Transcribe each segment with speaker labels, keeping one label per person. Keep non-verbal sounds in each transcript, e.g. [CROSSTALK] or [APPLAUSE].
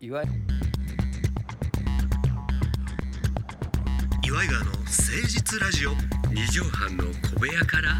Speaker 1: 岩井
Speaker 2: 岩井川の誠実ラジオ二畳半の小部屋から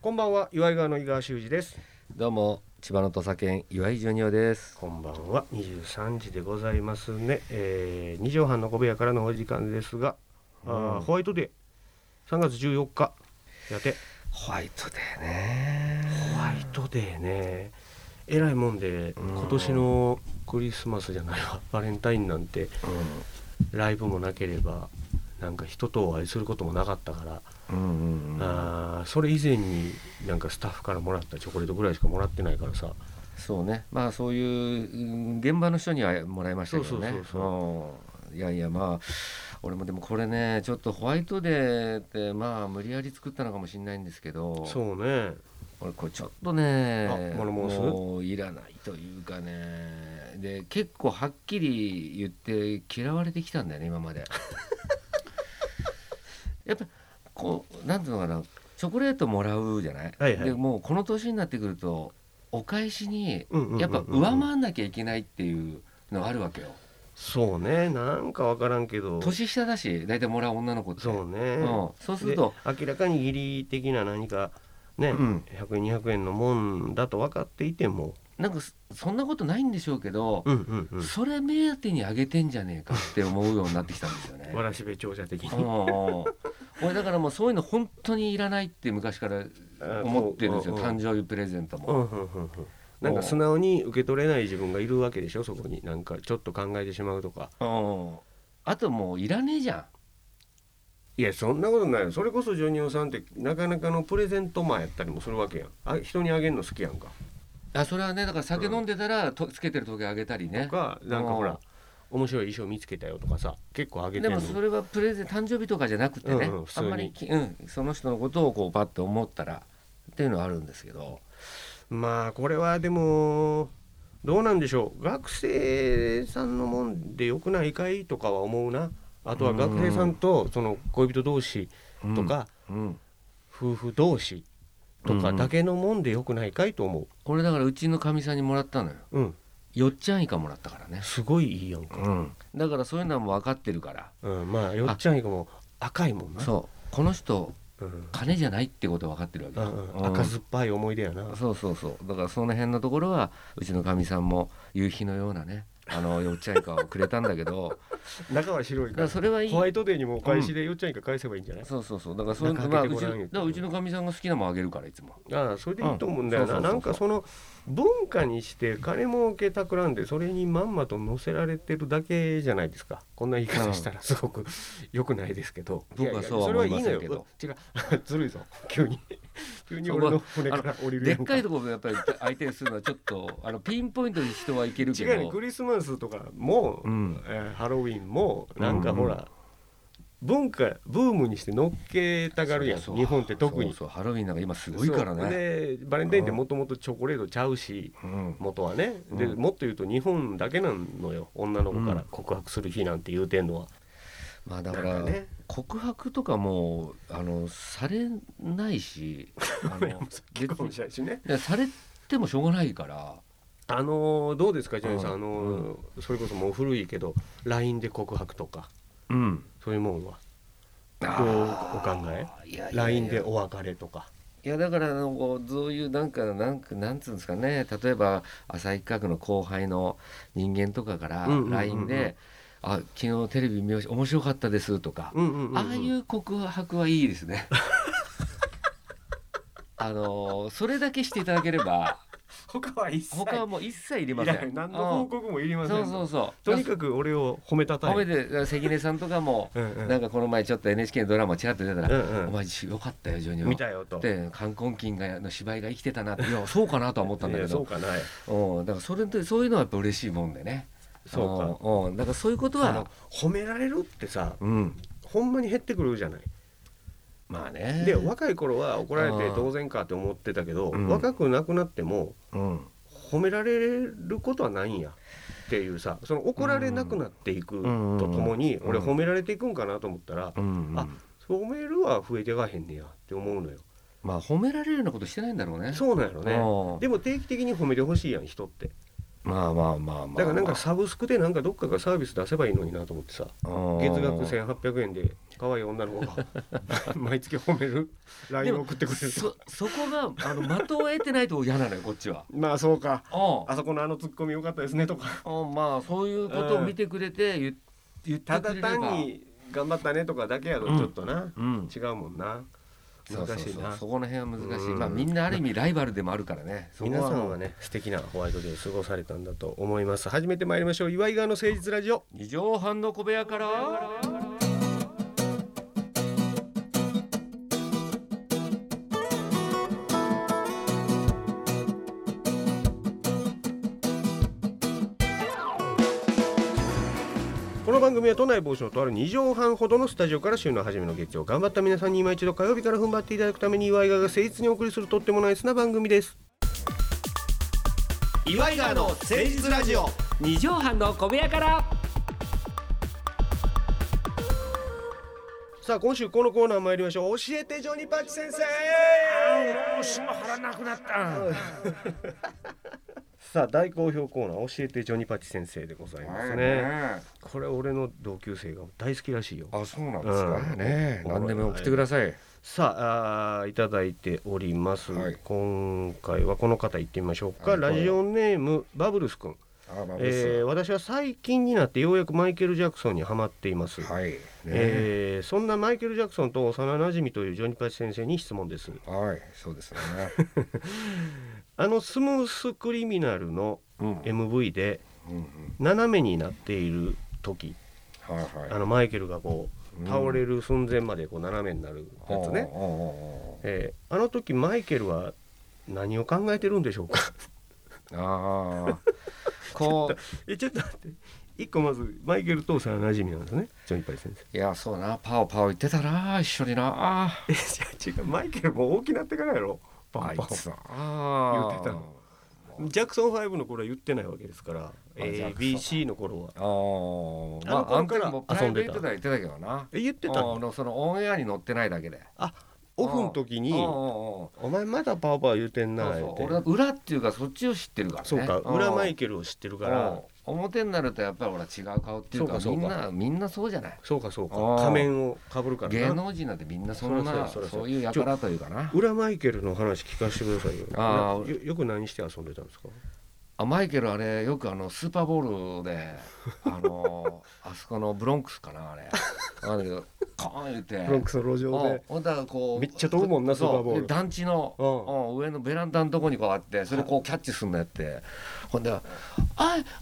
Speaker 3: こんばんは岩井川の井川修司です
Speaker 1: どうも千葉の土佐犬岩井ジュニオです
Speaker 3: こんばんは23時でございますね、えー、2畳半の小部屋からのお時間ですが、あーホワイトデー3月14日やて
Speaker 1: ホワイトデーね
Speaker 3: ホワイトデーねえらいもんで
Speaker 1: うん
Speaker 3: 今年のクリスマスじゃないわバレンタインなんてライブもなければなんか人とお会いすることもなかったから、
Speaker 1: うんうんうん
Speaker 3: あーそれ以前になんかスタッフからもらったチョコレートぐらいしかもらってないからさ
Speaker 1: そうねまあそういううん現場の人にはもらいましたけどね
Speaker 3: そうそうそう
Speaker 1: うんいやいやまあ俺もでもこれねちょっとホワイトデーってまあ無理やり作ったのかもしれないんですけど
Speaker 3: そうね
Speaker 1: 俺これちょっとね
Speaker 3: あ物申す
Speaker 1: もういらないというかねで結構はっきり言って嫌われてきたんだよね今ま
Speaker 3: [LAUGHS]
Speaker 1: でやっぱこうなんていうのかなチョコレートもらうじゃない、
Speaker 3: はいはい
Speaker 1: でもうこの年になってくるとお返しに
Speaker 3: うんうんうんうん
Speaker 1: やっぱ上回んなきゃいけないっていうのがあるわけよ、
Speaker 3: そうねなんか分からんけど
Speaker 1: 年下だし大体もらう女の子って
Speaker 3: そうね、
Speaker 1: うん、そうすると
Speaker 3: で明らかに義理的な何かね、
Speaker 1: うん
Speaker 3: 100円200円のもんだと分かっていても、
Speaker 1: なんかそそんなことないんでしょうけど、
Speaker 3: うんうんうん、
Speaker 1: それ目当てにあげてんじゃねえかって思うようになってきたんですよね。
Speaker 3: わらしべ長者的
Speaker 1: うんう
Speaker 3: に
Speaker 1: ん俺だからもうそういうの本当にいらないって昔から思ってるんですよ
Speaker 3: あそううん
Speaker 1: 誕生日プレゼント
Speaker 3: うん
Speaker 1: も。
Speaker 3: うんうんうんなんか素直に受け取れない自分がいるわけでしょそこになんかちょっと考えてしまうとか
Speaker 1: うんあともういらねえじゃ
Speaker 3: いやそんなことないよそれこそジョニオさんってなかなかのプレゼントマンやったりもするわけやんあ人にあげるの好きやんか
Speaker 1: んあそれはねだから酒飲んでたらとつけてる時あげたりね
Speaker 3: とかなんかほら面白い衣装見つけたよとかさ結構あげ
Speaker 1: で
Speaker 3: てる
Speaker 1: もそれはプレゼン誕生日とかじゃなくてね、
Speaker 3: うんうん普通
Speaker 1: あん
Speaker 3: に
Speaker 1: まりき、うん、その人のことをこうパッと思ったらっていうのはあるんですけど
Speaker 3: まあこれはでもどうなんでしょう学生さんのもんでよくないかいとかは思うなあとは学生さんとその恋人同士とか
Speaker 1: うん
Speaker 3: 夫婦同士とかだけのもんでよくないかいと思
Speaker 1: 俺だからうちのかみさんにもらったのよ
Speaker 3: ううん
Speaker 1: よっちゃん以下もらったからね
Speaker 3: すごいいいやんか、
Speaker 1: だからそういうのはもう分かってるから、
Speaker 3: うん、まあよっちゃんいかも赤いもんな
Speaker 1: そうこの人
Speaker 3: う、ん
Speaker 1: 金じゃないってことは分かってるわけ
Speaker 3: う
Speaker 1: よ、
Speaker 3: ん
Speaker 1: うん
Speaker 3: 赤酸っぱい思い出やな
Speaker 1: そうそうそうだからその辺のところはうちのかみさんも夕日のようなねあのよっちゃんいかをくれたんだけ
Speaker 3: [LAUGHS]
Speaker 1: ど
Speaker 3: 中は白い
Speaker 1: だ
Speaker 3: か
Speaker 1: から
Speaker 3: ら
Speaker 1: それはいい
Speaker 3: ホワイトデーにもお返しでよっちゃんいか返せばいいんじゃない、
Speaker 1: そうそうそうだからそういう
Speaker 3: 中
Speaker 1: まあ
Speaker 3: 開
Speaker 1: う
Speaker 3: けてご
Speaker 1: ち
Speaker 3: ら
Speaker 1: だ
Speaker 3: んよ
Speaker 1: からうちのかみさんが好きなもんあげるからいつも
Speaker 3: ああそれでいいと思うんだよな、
Speaker 1: うんそうそうそうそう
Speaker 3: なんかその文化にして金儲けたくらんでそれにまんまと乗せられてるだけじゃないですかこんな言い方したらすごく [LAUGHS] 良くないですけど
Speaker 1: 僕はい
Speaker 3: やいや
Speaker 1: そうは思いません
Speaker 3: それはいい
Speaker 1: け
Speaker 3: のよ
Speaker 1: ど
Speaker 3: 違う [LAUGHS] ずるいぞ急
Speaker 1: [LAUGHS]
Speaker 3: に急に俺の船から降りる
Speaker 1: で
Speaker 3: や
Speaker 1: っ
Speaker 3: んか
Speaker 1: かいところやっぱり相手にするのはちょっとあのピンポイントに人はいけるけ
Speaker 3: 違うね
Speaker 1: ど
Speaker 3: クリスマスとかも、
Speaker 1: うん
Speaker 3: えーハロウィンもなんかほら、
Speaker 1: うん
Speaker 3: 文化ブームにして乗っけたがるやん
Speaker 1: そう
Speaker 3: 日本って特に
Speaker 1: そうそうハロウィンなんか今すごいから
Speaker 3: そう
Speaker 1: ね
Speaker 3: でバレンタインってもともとチョコレートちゃうし、
Speaker 1: うん
Speaker 3: 元はね、で
Speaker 1: うん
Speaker 3: もっと言うと日本だけなのよ女の子か
Speaker 1: う
Speaker 3: ら
Speaker 1: ん
Speaker 3: 告白する日なんて言うてんのは、
Speaker 1: まあだから
Speaker 3: なんかね
Speaker 1: 告白とかもあのされない
Speaker 3: [LAUGHS]
Speaker 1: しあの
Speaker 3: 結
Speaker 1: 別
Speaker 3: 婚
Speaker 1: に
Speaker 3: したいしね
Speaker 1: いやされてもしょうがないから
Speaker 3: あのーどうですかジョニーさん、
Speaker 1: うん
Speaker 3: あのーそれこそもう古いけど LINE で告白とか
Speaker 1: うん
Speaker 3: そういうもんはど
Speaker 1: あ
Speaker 3: うお考え
Speaker 1: いやいやいや
Speaker 3: LINE でお別れとか
Speaker 1: いやだからあのこうそういうなんかなんかなんつうんですかね例えば朝一角の後輩の人間とかから
Speaker 3: うんうんうんうん
Speaker 1: LINE で「あ昨日テレビ見ました面白かったです」とか、
Speaker 3: うんうんうんうん
Speaker 1: ああいう告白はいいです
Speaker 3: [LAUGHS]
Speaker 1: ねあのそれだけしていただければ
Speaker 3: 他は一切
Speaker 1: 他はもう一切いりま
Speaker 3: い
Speaker 1: せ
Speaker 3: ら
Speaker 1: ん
Speaker 3: ん何の報告もいり
Speaker 1: う
Speaker 3: ま
Speaker 1: ん
Speaker 3: せ
Speaker 1: そ
Speaker 3: ん
Speaker 1: うそうそう
Speaker 3: とにかく俺を褒めたたえ
Speaker 1: 褒めて関根さんとかも
Speaker 3: うんうん
Speaker 1: なんかこの前ちょっと NHK のドラマちらっと出た
Speaker 3: う
Speaker 1: ら「お
Speaker 3: ん
Speaker 1: 前よかったよジョニ
Speaker 3: う
Speaker 1: オ」
Speaker 3: ん見たよと
Speaker 1: で冠婚金がの芝居が生きてたなっていやそうかなとは思ったんだ
Speaker 3: い
Speaker 1: け
Speaker 3: やそ
Speaker 1: ど
Speaker 3: うかな
Speaker 1: うんだからそれってそういうのはやっぱ嬉しいもんでね
Speaker 3: そうか
Speaker 1: うんうんだからそういうこと
Speaker 3: あ
Speaker 1: は
Speaker 3: の褒められるってさ
Speaker 1: うん
Speaker 3: ほんまに減ってくるじゃない
Speaker 1: まあね
Speaker 3: で若い頃は怒られて当然かって思ってたけど、
Speaker 1: うん
Speaker 3: 若くなくなっても
Speaker 1: うん
Speaker 3: 褒められることはないんやっていうさその怒られなくなっていく
Speaker 1: うん
Speaker 3: とともに、
Speaker 1: うん
Speaker 3: 俺褒められていくんかなと思ったら、
Speaker 1: うん
Speaker 3: あ褒めるは増えていかへんねやって思うのよ、
Speaker 1: まあ褒められるようなことしてないんだろうね
Speaker 3: そうなんやろね
Speaker 1: うん
Speaker 3: でも定期的に褒めてほしいやん人って
Speaker 1: まあまあまあまあ
Speaker 3: だからなんかサブスクでなんかどっかがサービス出せばいいのになと思ってさ月額
Speaker 1: 千
Speaker 3: 1800円で可愛い女の子が [LAUGHS] 毎月褒める LINE 送ってくれる
Speaker 1: そそこがあの的を得てないと嫌なのよこっち [LAUGHS] は。
Speaker 3: まあそうか
Speaker 1: うん
Speaker 3: あそこのあのツッコミ良かったですねと
Speaker 1: [LAUGHS]
Speaker 3: か
Speaker 1: あまあそういうことを見てくれて言,、言って
Speaker 3: た
Speaker 1: く
Speaker 3: だ
Speaker 1: れれば
Speaker 3: 単に頑張ったねとかだけやろ
Speaker 1: うん
Speaker 3: ちょっとな
Speaker 1: うん
Speaker 3: 違うもんな
Speaker 1: そうそう
Speaker 3: 難しい
Speaker 1: そう
Speaker 3: な
Speaker 1: そこの辺は難しい、
Speaker 3: うん
Speaker 1: まあみんなある意味ライバルでもあるからねそこ
Speaker 3: 皆さんはね素敵なホワイトデーを過ごされたんだと思います始めてまいりましょう岩井川の誠実ラジオ
Speaker 1: 二畳半の小部屋から
Speaker 3: この番組は都内某所のとある2畳半ほどのスタジオから週の初めの月曜頑張った皆さんに今一度火曜日から踏ん張っていただくために岩井川が誠実にお送りするとってもナイスな番組です岩井川の誠実ラジオ
Speaker 1: 二畳半の小部屋から
Speaker 3: さあ今週このコーナー参りましょう教えてジョニパッチ先生
Speaker 1: 島原なくなった
Speaker 3: さあ大好評コーナー教えてジョニパッチ先生でございますねこれ俺の同級生が大好きらしいよ
Speaker 1: あそうなんですか、
Speaker 3: う
Speaker 1: ね
Speaker 3: ん
Speaker 1: え何でも送ってください
Speaker 3: さああーいただいております、
Speaker 1: はい
Speaker 3: 今回はこの方行ってみましょうか、
Speaker 1: はい
Speaker 3: ラジオネームバブルス君、
Speaker 1: あまあ
Speaker 3: えー私は最近になってようやくマイケル・ジャクソンにはまっています、
Speaker 1: はいね
Speaker 3: えーそんなマイケル・ジャクソンと幼なじみというジョニパチ先生に質問です
Speaker 1: はいそうですね
Speaker 3: [LAUGHS] あのスムース・クリミナルの
Speaker 1: うんうん
Speaker 3: MV で
Speaker 1: うん
Speaker 3: 斜めになっている時
Speaker 1: はいはい
Speaker 3: あのマイケルがこ
Speaker 1: う
Speaker 3: うん倒れる寸前までこう斜めになるやつね、
Speaker 1: ね
Speaker 3: えーあの時マイケルは何を考えてるんでしょうか
Speaker 1: ああこう
Speaker 3: [LAUGHS] えちょっと待って一個まずマイケルと幼なじみなんですねジョニパイ先生
Speaker 1: いやそうなパオパオ言ってたな一緒にな
Speaker 3: [LAUGHS] えじゃあ違うマイケルも大きなってからやろ
Speaker 1: あ
Speaker 3: パン
Speaker 1: い
Speaker 3: パン
Speaker 1: つなあ
Speaker 3: 言ってたのジャクソン5の頃は言ってないわけですから
Speaker 1: ジャクソン
Speaker 3: ABC の頃は
Speaker 1: ああま
Speaker 3: あの
Speaker 1: ああの
Speaker 3: 頃から
Speaker 1: 時もプラ
Speaker 3: 遊
Speaker 1: イ
Speaker 3: ん
Speaker 1: ベ
Speaker 3: で
Speaker 1: ー
Speaker 3: た
Speaker 1: トでは言ってたけどな
Speaker 3: え言ってた
Speaker 1: あ
Speaker 3: の
Speaker 1: のそのオンエアに乗ってないだけで
Speaker 3: あオフの時に
Speaker 1: うんうんうん
Speaker 3: 「お前まだパワーパワー言うてん
Speaker 1: そう
Speaker 3: な」言
Speaker 1: そうう
Speaker 3: て
Speaker 1: 俺は裏っていうかそっちを知ってるからね
Speaker 3: そうか
Speaker 1: ん
Speaker 3: 裏マイケルを知ってるか
Speaker 1: うん
Speaker 3: ら
Speaker 1: 表になるとやっぱり俺は違う顔っていうか
Speaker 3: そうかそう
Speaker 1: みん
Speaker 3: か
Speaker 1: なみんなそうじゃない
Speaker 3: そうかそうか
Speaker 1: あー
Speaker 3: 仮面をかぶるから
Speaker 1: 芸
Speaker 3: な
Speaker 1: 能人なんてみんなそんな
Speaker 3: そ
Speaker 1: そう
Speaker 3: そうそうそう
Speaker 1: ういうやからというかな
Speaker 3: 裏マイケルの話聞かせてくださいよ
Speaker 1: あ
Speaker 3: な
Speaker 1: ー
Speaker 3: よよく何して遊んでたんですか
Speaker 1: あマイケルあれよくあのスーパーボール
Speaker 3: [LAUGHS]
Speaker 1: であのあそこのブロンクスかなあれあれカーン言って
Speaker 3: ブロンクスの路上
Speaker 1: うん
Speaker 3: で
Speaker 1: ほんだらこう
Speaker 3: めっちゃ飛ぶもんな
Speaker 1: そう
Speaker 3: スーパーボール
Speaker 1: で団地の、
Speaker 3: う
Speaker 1: うん上のベランダのとこにこうあってそれこうキャッチすんのやってほんで「あ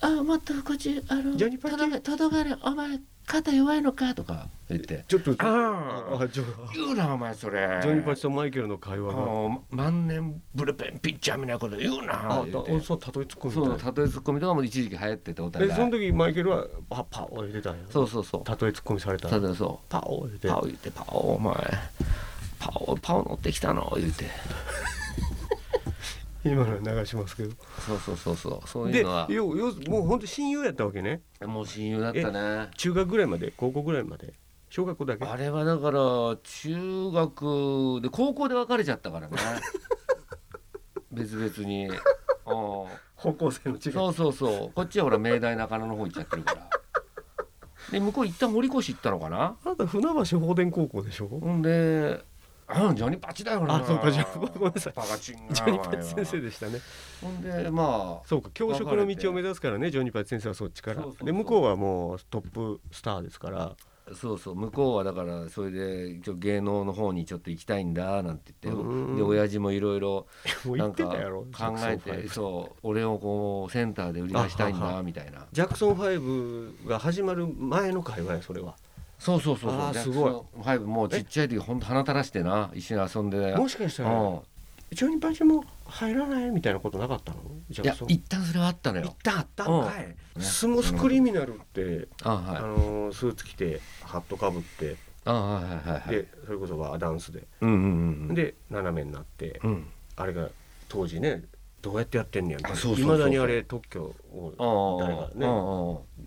Speaker 1: あもっとこっちあの
Speaker 3: ジョニーパッキー
Speaker 1: 届け届かれお前肩弱いのか」とか言って
Speaker 3: ちょっと
Speaker 1: 「ああ
Speaker 3: あジョ
Speaker 1: 言うなお前それ」
Speaker 3: ジョニーパチとマイケルの会
Speaker 1: あ
Speaker 3: 話が
Speaker 1: の万年ブルペンピッチャーみたいなこと言うな
Speaker 3: あ
Speaker 1: 言
Speaker 3: だ
Speaker 1: って
Speaker 3: そうたとえつくみた
Speaker 1: そ
Speaker 3: いうな
Speaker 1: たとえツッコミとかも一時期流行っててお互
Speaker 3: え
Speaker 1: い
Speaker 3: その時マイケルはパパを入れたんや
Speaker 1: そうそうそう
Speaker 3: たとえツッコミされた
Speaker 1: ただそう
Speaker 3: パを入れて
Speaker 1: パオ言ってパオお前パオパオ乗ってきたの言って
Speaker 3: 今のは流しますけど
Speaker 1: そうそうそうそうそうい
Speaker 3: で
Speaker 1: うのは
Speaker 3: よよもう本当親友やったわけね
Speaker 1: もう親友だったね
Speaker 3: 中学ぐらいまで高校ぐらいまで小学校だけ
Speaker 1: あれはだから中学で高校で別れちゃった
Speaker 3: [LAUGHS]
Speaker 1: からね別々にうん
Speaker 3: 高校生の違
Speaker 1: そうそうそうこっちはほら明大中野の方行っちゃってるからで向こう一旦堀越行ったのかな
Speaker 3: あなた船橋放電高校でしょ
Speaker 1: ほんであジョニパチだよな
Speaker 3: あそうかジョニごめんなさい
Speaker 1: バカチンが
Speaker 3: ジョニパチ先生でしたね
Speaker 1: お前はほんでまあ
Speaker 3: そうか教職の道を目指すからねジョニパチ先生はそっちか
Speaker 1: そう
Speaker 3: ら
Speaker 1: そうそう
Speaker 3: で向こうはもうトップスターですから
Speaker 1: そうそう向こうはだからそれで一応芸能の方にちょっと行きたいんだなんて言って、
Speaker 3: うん
Speaker 1: で親父もいろいろ
Speaker 3: もう言
Speaker 1: な
Speaker 3: っ
Speaker 1: んか
Speaker 3: てた
Speaker 1: 考
Speaker 3: やろ
Speaker 1: えてそう俺をこうセンターで売り出したいんだみたいな
Speaker 3: ジャクソン5が始まる前の会話やそれは
Speaker 1: そうそうそうそう
Speaker 3: あー
Speaker 1: ジャ
Speaker 3: す
Speaker 1: ク
Speaker 3: ごい
Speaker 1: ソンファイブもうちっちゃい時ほんと鼻垂らしてな一緒に遊んで
Speaker 3: もしかしたら
Speaker 1: うん
Speaker 3: ジョニーパチも入らないみたいなことなかったのジ
Speaker 1: い
Speaker 3: ャ
Speaker 1: や
Speaker 3: クソン
Speaker 1: 一旦それはあったのよ
Speaker 3: 旦あったい、スモスクリミナルって、
Speaker 1: あ
Speaker 3: あ
Speaker 1: はい
Speaker 3: のースーツ着てハットかぶって、
Speaker 1: あはいはいはいはい
Speaker 3: でそれこそはダンスで、
Speaker 1: うんうんうん
Speaker 3: で斜めになって、
Speaker 1: うん
Speaker 3: あれが当時ねどうやってやってんねやみたい
Speaker 1: あ
Speaker 3: な
Speaker 1: そうそう
Speaker 3: い
Speaker 1: そう
Speaker 3: まだにあれ特許を誰
Speaker 1: あ
Speaker 3: か
Speaker 1: あ、ね
Speaker 3: ね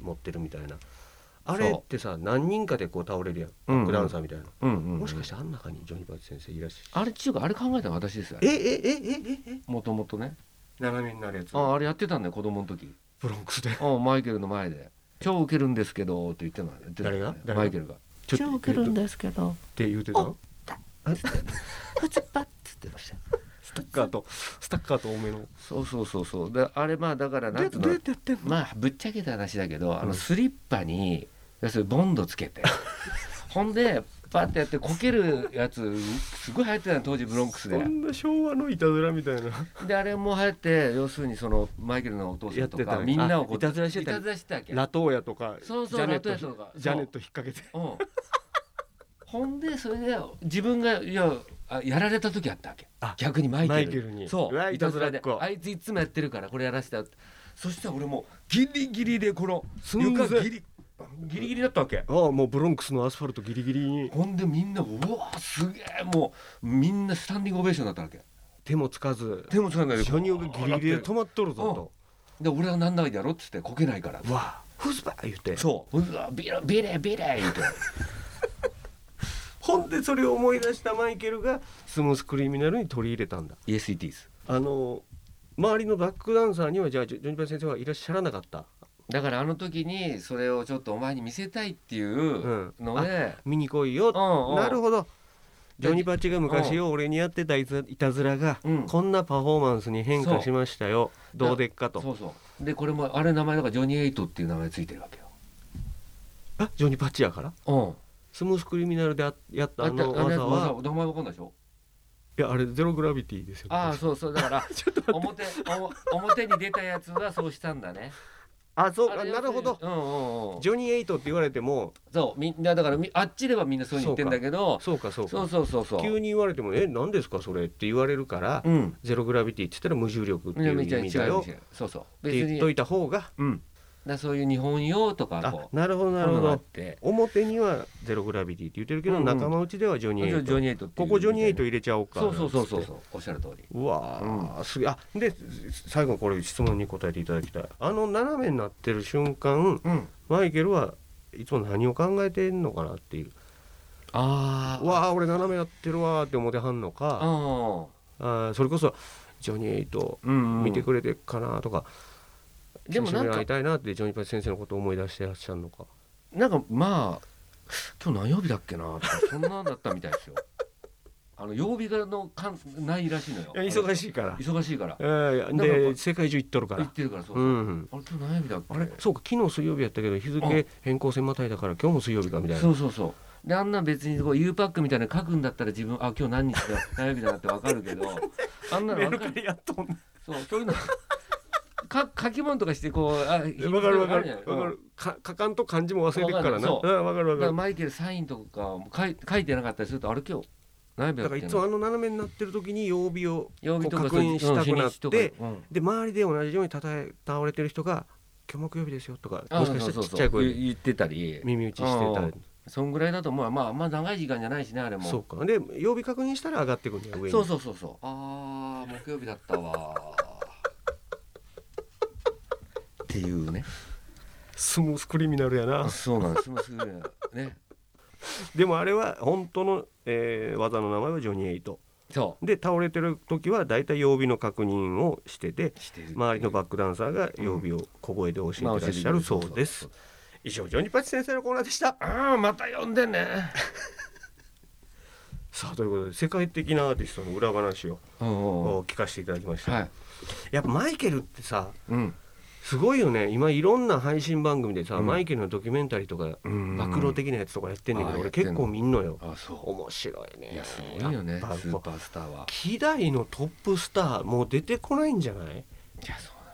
Speaker 3: 持ってるみたいなあれってさ何人かでこう倒れるやん
Speaker 1: うんうん
Speaker 3: バックダンサーみたいな、
Speaker 1: うんうんうん
Speaker 3: もしかしてあん中にジョニーパチ先生いらっしゃる
Speaker 1: あれ中華あれ考えたの私ですよ
Speaker 3: えええええええ
Speaker 1: もともとね
Speaker 3: 斜めになるやつ
Speaker 1: ああれやってたんだよ子供の時
Speaker 3: ブロンクスで
Speaker 1: うんマイケルの前で「今日受けるんですけど」って言ってたの言ってたのね
Speaker 3: 誰が誰が
Speaker 1: マイケルが「
Speaker 3: ちょっと
Speaker 1: 今日受けるんですけど
Speaker 3: って言ってたの」
Speaker 1: ふつばっつってました
Speaker 3: スタッカーとスタッカーと多めの
Speaker 1: そうそうそうそうであれまあだからなんていうの
Speaker 3: てやってん
Speaker 1: まあぶっちゃけた話だけどあ
Speaker 3: う
Speaker 1: の
Speaker 3: ん
Speaker 1: スリッパに要するにボンドつけ
Speaker 3: [LAUGHS]
Speaker 1: てほんでパッてやってこけるやつすごい流行ってたの当時ブロンクス
Speaker 3: そ
Speaker 1: で
Speaker 3: んな昭和のいたずらみたいな
Speaker 1: であれも流行って要するにそのマイケルのお父さんと
Speaker 3: やって
Speaker 1: か
Speaker 3: たね
Speaker 1: みんなを
Speaker 3: あいたずらしてた
Speaker 1: いたずらしてたっけ
Speaker 3: ラトーヤとか
Speaker 1: そうそう
Speaker 3: ジャネッ
Speaker 1: ラトーヤとか
Speaker 3: ト
Speaker 1: そう
Speaker 3: ジャネット引っ掛けて
Speaker 1: うんほんでそれで自分がいやあやられた時あったわけ
Speaker 3: あ
Speaker 1: 逆にマイケル
Speaker 3: マイケルに
Speaker 1: そう
Speaker 3: わ
Speaker 1: ういたずら
Speaker 3: いたずらっ
Speaker 1: で
Speaker 3: 子
Speaker 1: あいついつもやってるからこれやらせたそしたら俺もうギリギリでこの
Speaker 3: んぜ
Speaker 1: 床ギリギリギリだったわけ
Speaker 3: ああもうブロンクスのアスファルトギリギリに
Speaker 1: ほんでみんなうわすげえもうみんなスタンディングオベーションだったわけ
Speaker 3: 手もつかず
Speaker 1: 手もつかないで
Speaker 3: 初乳がギリギリで止まっとるぞ
Speaker 1: で俺はなんないだろっつってこけないから
Speaker 3: とわあフスバー言って
Speaker 1: そううわビレビレビレ
Speaker 3: [LAUGHS]
Speaker 1: 言うて
Speaker 3: ほんでそれを思い出したマイケルがスムースクリミナルに取り入れたんだ
Speaker 1: イエスイティーズ
Speaker 3: あの周りのバックダンサーにはじゃあジョジョニパイ先生はいらっしゃらなかった
Speaker 1: だからあの時にそれをちょっとお前に見せたいっていうんので、
Speaker 3: 見に来いよ
Speaker 1: うんうん
Speaker 3: なるほどジョニパチが昔よ俺にやってたいたいたずらが
Speaker 1: うん
Speaker 3: こんなパフォーマンスに変化しましたよ
Speaker 1: そう
Speaker 3: どうでっかと
Speaker 1: そうそうでこれもあれ名前だからジョニー・エイトっていう名前ついてるわけ
Speaker 3: あジョニパチやから
Speaker 1: よ
Speaker 3: スムースクリミナルであやっ
Speaker 1: う
Speaker 3: た
Speaker 1: ん
Speaker 3: あの
Speaker 1: あれ
Speaker 3: 技は
Speaker 1: 名前わかんないでしょ
Speaker 3: いやあれゼログラビティですよ
Speaker 1: ああそうそうだから
Speaker 3: [LAUGHS]
Speaker 1: 表お表に出たやつはそうしたんだね
Speaker 3: あそう
Speaker 1: あ
Speaker 3: か
Speaker 1: れ
Speaker 3: なるほど
Speaker 1: うんうんうん
Speaker 3: ジョニー・エイトって言われても
Speaker 1: そうみんなだからみあっちではみんなそういうふうに言ってんだけど
Speaker 3: そうかそうか
Speaker 1: そうそうそうそう
Speaker 3: 急に言われても「え何ですかそれ?」って言われるから、
Speaker 1: うん
Speaker 3: ゼログラビティって言ったら無重力って
Speaker 1: みんな
Speaker 3: いう
Speaker 1: め
Speaker 3: 意
Speaker 1: ちゃめ
Speaker 3: 味
Speaker 1: ちゃ
Speaker 3: だ
Speaker 1: 違う
Speaker 3: よ
Speaker 1: よ
Speaker 3: って
Speaker 1: そうそう別
Speaker 3: 言っ
Speaker 1: に
Speaker 3: といた方が
Speaker 1: うんだからそういう日本用とか
Speaker 3: あ
Speaker 1: こう
Speaker 3: なるほどなる
Speaker 1: そうい
Speaker 3: ほ
Speaker 1: うのがあっ
Speaker 3: ど
Speaker 1: て
Speaker 3: 表にはゼログラビティって言ってるけど、
Speaker 1: うんうん
Speaker 3: 仲間内ではジョ
Speaker 1: ジ
Speaker 3: ニー・エイ
Speaker 1: ョ
Speaker 3: ト
Speaker 1: ニー・エイトってい
Speaker 3: こ
Speaker 1: う
Speaker 3: こジョニー・エイト入れちゃおうか
Speaker 1: そうそうそうそう
Speaker 3: なんつって
Speaker 1: そうおっしゃる通り
Speaker 3: うわあ、すげえあで最後これ質問に答えていただきたいあの斜めになってる瞬間
Speaker 1: うん
Speaker 3: マイケルはいつも何を考えてんのかなっていう
Speaker 1: ああ
Speaker 3: わあ俺斜めやってるわーって思ってはんのか、
Speaker 1: あ
Speaker 3: あーそれこそジョニー・エイト
Speaker 1: あうんうん
Speaker 3: 見てくれてっかなとか、
Speaker 1: でもなん
Speaker 3: 久しぶりに
Speaker 1: か
Speaker 3: 会いたいなってジョニー・パイ先生のことを思い出してらっしゃるのか
Speaker 1: なんかまあ今日何曜日だっけなとかそんなんだったみたいですよ [LAUGHS] あの曜日がの感ないらしいのよ
Speaker 3: しいから
Speaker 1: 忙しいから
Speaker 3: えー
Speaker 1: だから
Speaker 3: で世界中行っとるか
Speaker 1: 行
Speaker 3: ら
Speaker 1: ってるからそう
Speaker 3: う
Speaker 1: そう、
Speaker 3: ん
Speaker 1: あれ今日何曜日だっけ
Speaker 3: あれそうか昨日水曜日やったけど日付変更線またいだから今日も水曜日かみたいな
Speaker 1: そうそうそうであんな別にこう U パックみたいなの書くんだったら自分あ今日何日だ何曜日だなって分かる
Speaker 3: [LAUGHS]
Speaker 1: けどあんなの分かる
Speaker 3: リやっとん
Speaker 1: そうそういうの [LAUGHS] か書き物とかしてこうあ日
Speaker 3: わかるわか
Speaker 1: あじゃな
Speaker 3: る
Speaker 1: い
Speaker 3: わかるか書かんと漢字も忘れてくから
Speaker 1: わかん
Speaker 3: な
Speaker 1: ないそう
Speaker 3: うんわかる
Speaker 1: う
Speaker 3: わ
Speaker 1: んだ
Speaker 3: か
Speaker 1: から
Speaker 3: る
Speaker 1: マイケルサインとかも書い書いてなかったりするとあれ今日何曜日だ
Speaker 3: だ
Speaker 1: っ
Speaker 3: から
Speaker 1: け
Speaker 3: い
Speaker 1: な
Speaker 3: つもあの斜めになってる時に曜日を
Speaker 1: 曜日とか
Speaker 3: こう確認したくなって
Speaker 1: そう日にちとかうん
Speaker 3: で周りで同じようにたたえ倒れてる人が「今日木曜日ですよ」とか
Speaker 1: あ
Speaker 3: もしかした
Speaker 1: そ
Speaker 3: ら
Speaker 1: う
Speaker 3: ちっ
Speaker 1: そうそう
Speaker 3: ちゃい声で
Speaker 1: 言言ってたり
Speaker 3: 耳打ちしてたり
Speaker 1: そんぐらいだとまあまああんま長い時間じゃないしねあれも
Speaker 3: そうかで曜日確認したら上がってくるんだよ上に
Speaker 1: そうそうそうそうあー木曜日だったわーっていうね
Speaker 3: スムースクリミナルやな
Speaker 1: そうなんですもうすぐね
Speaker 3: でもあれは本当の、えー技の名前はジョニー・エイト
Speaker 1: そ
Speaker 3: で倒れてる時は大体曜日の確認をしてて
Speaker 1: うしてる
Speaker 3: 周りのバックダンサーが曜日を小声で教えてらっしゃるそうです以上ジョニパチ先生のコーナーでした
Speaker 1: ああまた呼んでね
Speaker 3: [LAUGHS] さあということで世界的なアーティストの裏話を
Speaker 1: うんうん
Speaker 3: お聞かせていただきました、
Speaker 1: はい
Speaker 3: やっぱマイケルってさ
Speaker 1: うん
Speaker 3: すごいよね今いろんな配信番組でさ、
Speaker 1: うん
Speaker 3: マイケルのドキュメンタリーとか
Speaker 1: うん
Speaker 3: 暴露的なやつとかやってんねんけど、
Speaker 1: あー
Speaker 3: 俺
Speaker 1: やってんの
Speaker 3: 結構見んのよ
Speaker 1: あそ
Speaker 3: 面白いうね
Speaker 1: いやすごいよね
Speaker 3: や
Speaker 1: ス
Speaker 3: っぱ
Speaker 1: ーパースターは
Speaker 3: 希代のトップスターもう出てこないんじゃない
Speaker 1: いやそうな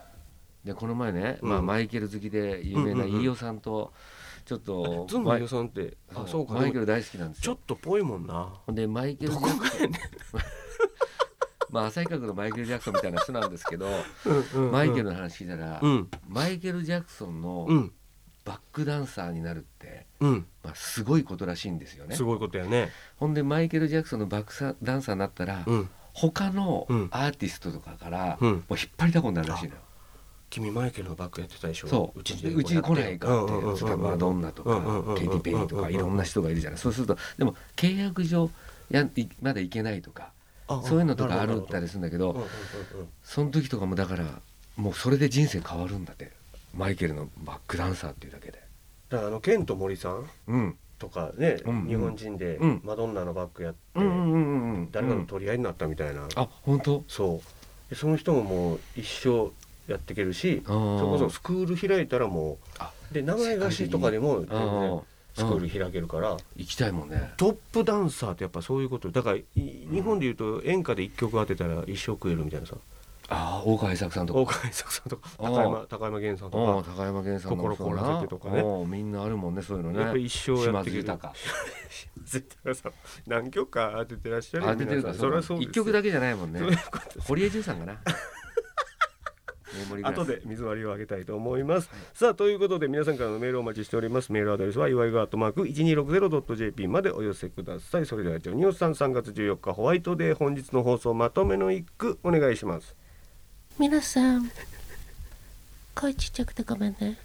Speaker 1: んでこの前ね、
Speaker 3: うん
Speaker 1: まあ、マイケル好きで有名な飯尾さんとちょっと
Speaker 3: ズンの
Speaker 1: マイ
Speaker 3: 飯尾さんってあ
Speaker 1: そ
Speaker 3: そううか
Speaker 1: マイケ
Speaker 3: でも
Speaker 1: ル大好きなんです
Speaker 3: ちょ
Speaker 1: よ
Speaker 3: っとぽいもんな
Speaker 1: でマイケル・ジャクソン [LAUGHS] まあ浅井角のマイケル・ジャクソンみたいな人なんですけど、マイケルの話聞いたら、
Speaker 3: うん
Speaker 1: マイケル・ジャクソンの
Speaker 3: うん
Speaker 1: バックダンサーになるって、
Speaker 3: うん
Speaker 1: まあ、すごいことらしいんですよね
Speaker 3: すごいことやね
Speaker 1: ほんでマイケル・ジャクソンのバックサダンサーになったら、
Speaker 3: うん
Speaker 1: 他の
Speaker 3: うん
Speaker 1: アーティストとかから、
Speaker 3: うん
Speaker 1: もう引っ張りだこになるらしいのよ
Speaker 3: 君マイケルのバックやってたでしょ
Speaker 1: そう
Speaker 3: う
Speaker 1: う
Speaker 3: ち
Speaker 1: ち
Speaker 3: で
Speaker 1: に来ないかって
Speaker 3: うんうんうんうん
Speaker 1: それからマドンナと
Speaker 3: うんうんう
Speaker 1: か
Speaker 3: んうんうん
Speaker 1: ケイティ・ペリーとかいろんな人がいるじゃないそうするとでも契約上やいまだ行けないとか
Speaker 3: あ
Speaker 1: そういうのとかある
Speaker 3: な
Speaker 1: っ
Speaker 3: ほど
Speaker 1: た
Speaker 3: な
Speaker 1: り
Speaker 3: る
Speaker 1: するんだけ
Speaker 3: ほど
Speaker 1: ど
Speaker 3: うんうんうんうん
Speaker 1: その時とかもだからもうそれで人生変わるんだってマイケルのバックダンサーっていうだけで
Speaker 3: だからあのケント・森さん
Speaker 1: うん
Speaker 3: とかね、
Speaker 1: うん
Speaker 3: 日本人で
Speaker 1: うん
Speaker 3: マドンナのバックやって、
Speaker 1: うんうんうん
Speaker 3: 誰かの取り合いになったみたいな、
Speaker 1: あ本当
Speaker 3: そうでその人ももう一生やっていけるし
Speaker 1: あー
Speaker 3: それこそスクール開いたらも
Speaker 1: あ
Speaker 3: うで名前貸しとかでも全
Speaker 1: あー
Speaker 3: 然スクール開けるから
Speaker 1: 行きたいもんね
Speaker 3: トップダンサーってやっぱそういうことだからい日本でいうと演歌で1曲当てたら一生食えるみたいなさ
Speaker 1: ああ大川栄作さんと
Speaker 3: 大
Speaker 1: か
Speaker 3: 川栄作さんとか
Speaker 1: あー
Speaker 3: 高山高山源さん
Speaker 1: うん
Speaker 3: と
Speaker 1: 高山源さんもそう
Speaker 3: 心
Speaker 1: だ
Speaker 3: 凍ら
Speaker 1: な
Speaker 3: せてとかね
Speaker 1: うんみんなあるもんねそういうの
Speaker 3: か
Speaker 1: ね
Speaker 3: やっぱ一生や
Speaker 1: 島
Speaker 3: ってい
Speaker 1: 津
Speaker 3: ける
Speaker 1: 豊
Speaker 3: 絶対さ何曲か当ててらっしゃるよ
Speaker 1: 当ててるから
Speaker 3: 皆さんそれはそうです
Speaker 1: 一曲だけじゃないもんね
Speaker 3: そういうことです
Speaker 1: 堀江純さんかなメモリーグラス
Speaker 3: 後で水割りをあげたいと思います、さあということで皆さんからのメールをお待ちしておりますメールアドレスは祝いがアットマーク 1260.jp までお寄せくださいそれではジョニオさん3月14日ホワイトデー本日の放送まとめの一句お願いします
Speaker 4: 皆さん声ちっちゃくてごめんね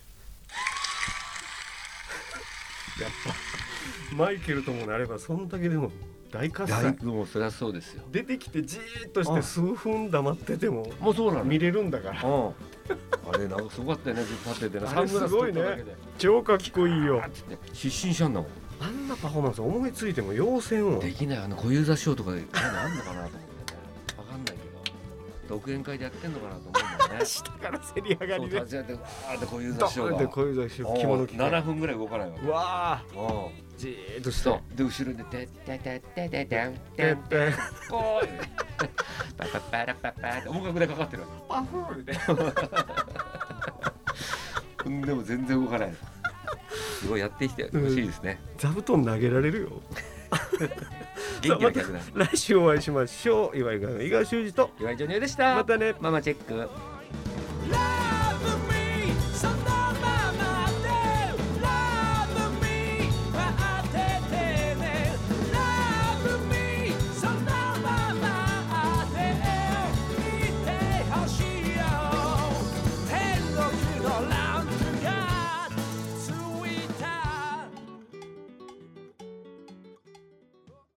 Speaker 3: マイケルともなればそんだけでも大喝
Speaker 1: 大
Speaker 3: 采
Speaker 1: 工もそりゃそうですよ
Speaker 3: 出てきてじーっとし
Speaker 1: う
Speaker 3: て
Speaker 1: ん
Speaker 3: 数分黙ってても
Speaker 1: もうそうなの
Speaker 3: 見れるんだから
Speaker 1: うん、あれなんかすごかったよねずっと立っててね
Speaker 3: あれすごい
Speaker 1: サ
Speaker 3: ね
Speaker 1: ングラス取っただけで
Speaker 3: 超かっこいいよ
Speaker 1: あーって言って失神しちゃうんだもん
Speaker 3: あんなパフォーマンス思いついても要せんを
Speaker 1: できないあの小遊三師匠とかでなんかあんのかなと思ってねわかんないけど独演会でやってんのかなと思うんだよね
Speaker 3: 下から競り上が
Speaker 1: そう
Speaker 3: りで
Speaker 1: 立ち上がってわーって小遊
Speaker 3: ド
Speaker 1: 三師匠
Speaker 3: ーンって
Speaker 1: が
Speaker 3: 声出し
Speaker 1: うん
Speaker 3: 着物着て
Speaker 1: 7分ぐらい動かないわ
Speaker 3: うわ
Speaker 1: うん
Speaker 3: ーじーっとして
Speaker 1: そうで後ろで「てってってってててんて
Speaker 3: てっ
Speaker 1: ん
Speaker 3: ぺん
Speaker 1: こーい」パパパラパパーって音楽でかかってるわけ
Speaker 3: パフーみたいな
Speaker 1: うんでも全然動かないのすごいやってきてほしいですね、
Speaker 3: 座布団投げられるよ
Speaker 1: 元気な客だ
Speaker 3: [LAUGHS] 来週お会いしましょう岩井川の井川修司と
Speaker 1: 岩井ジョニオでした
Speaker 3: またね
Speaker 1: ママチェック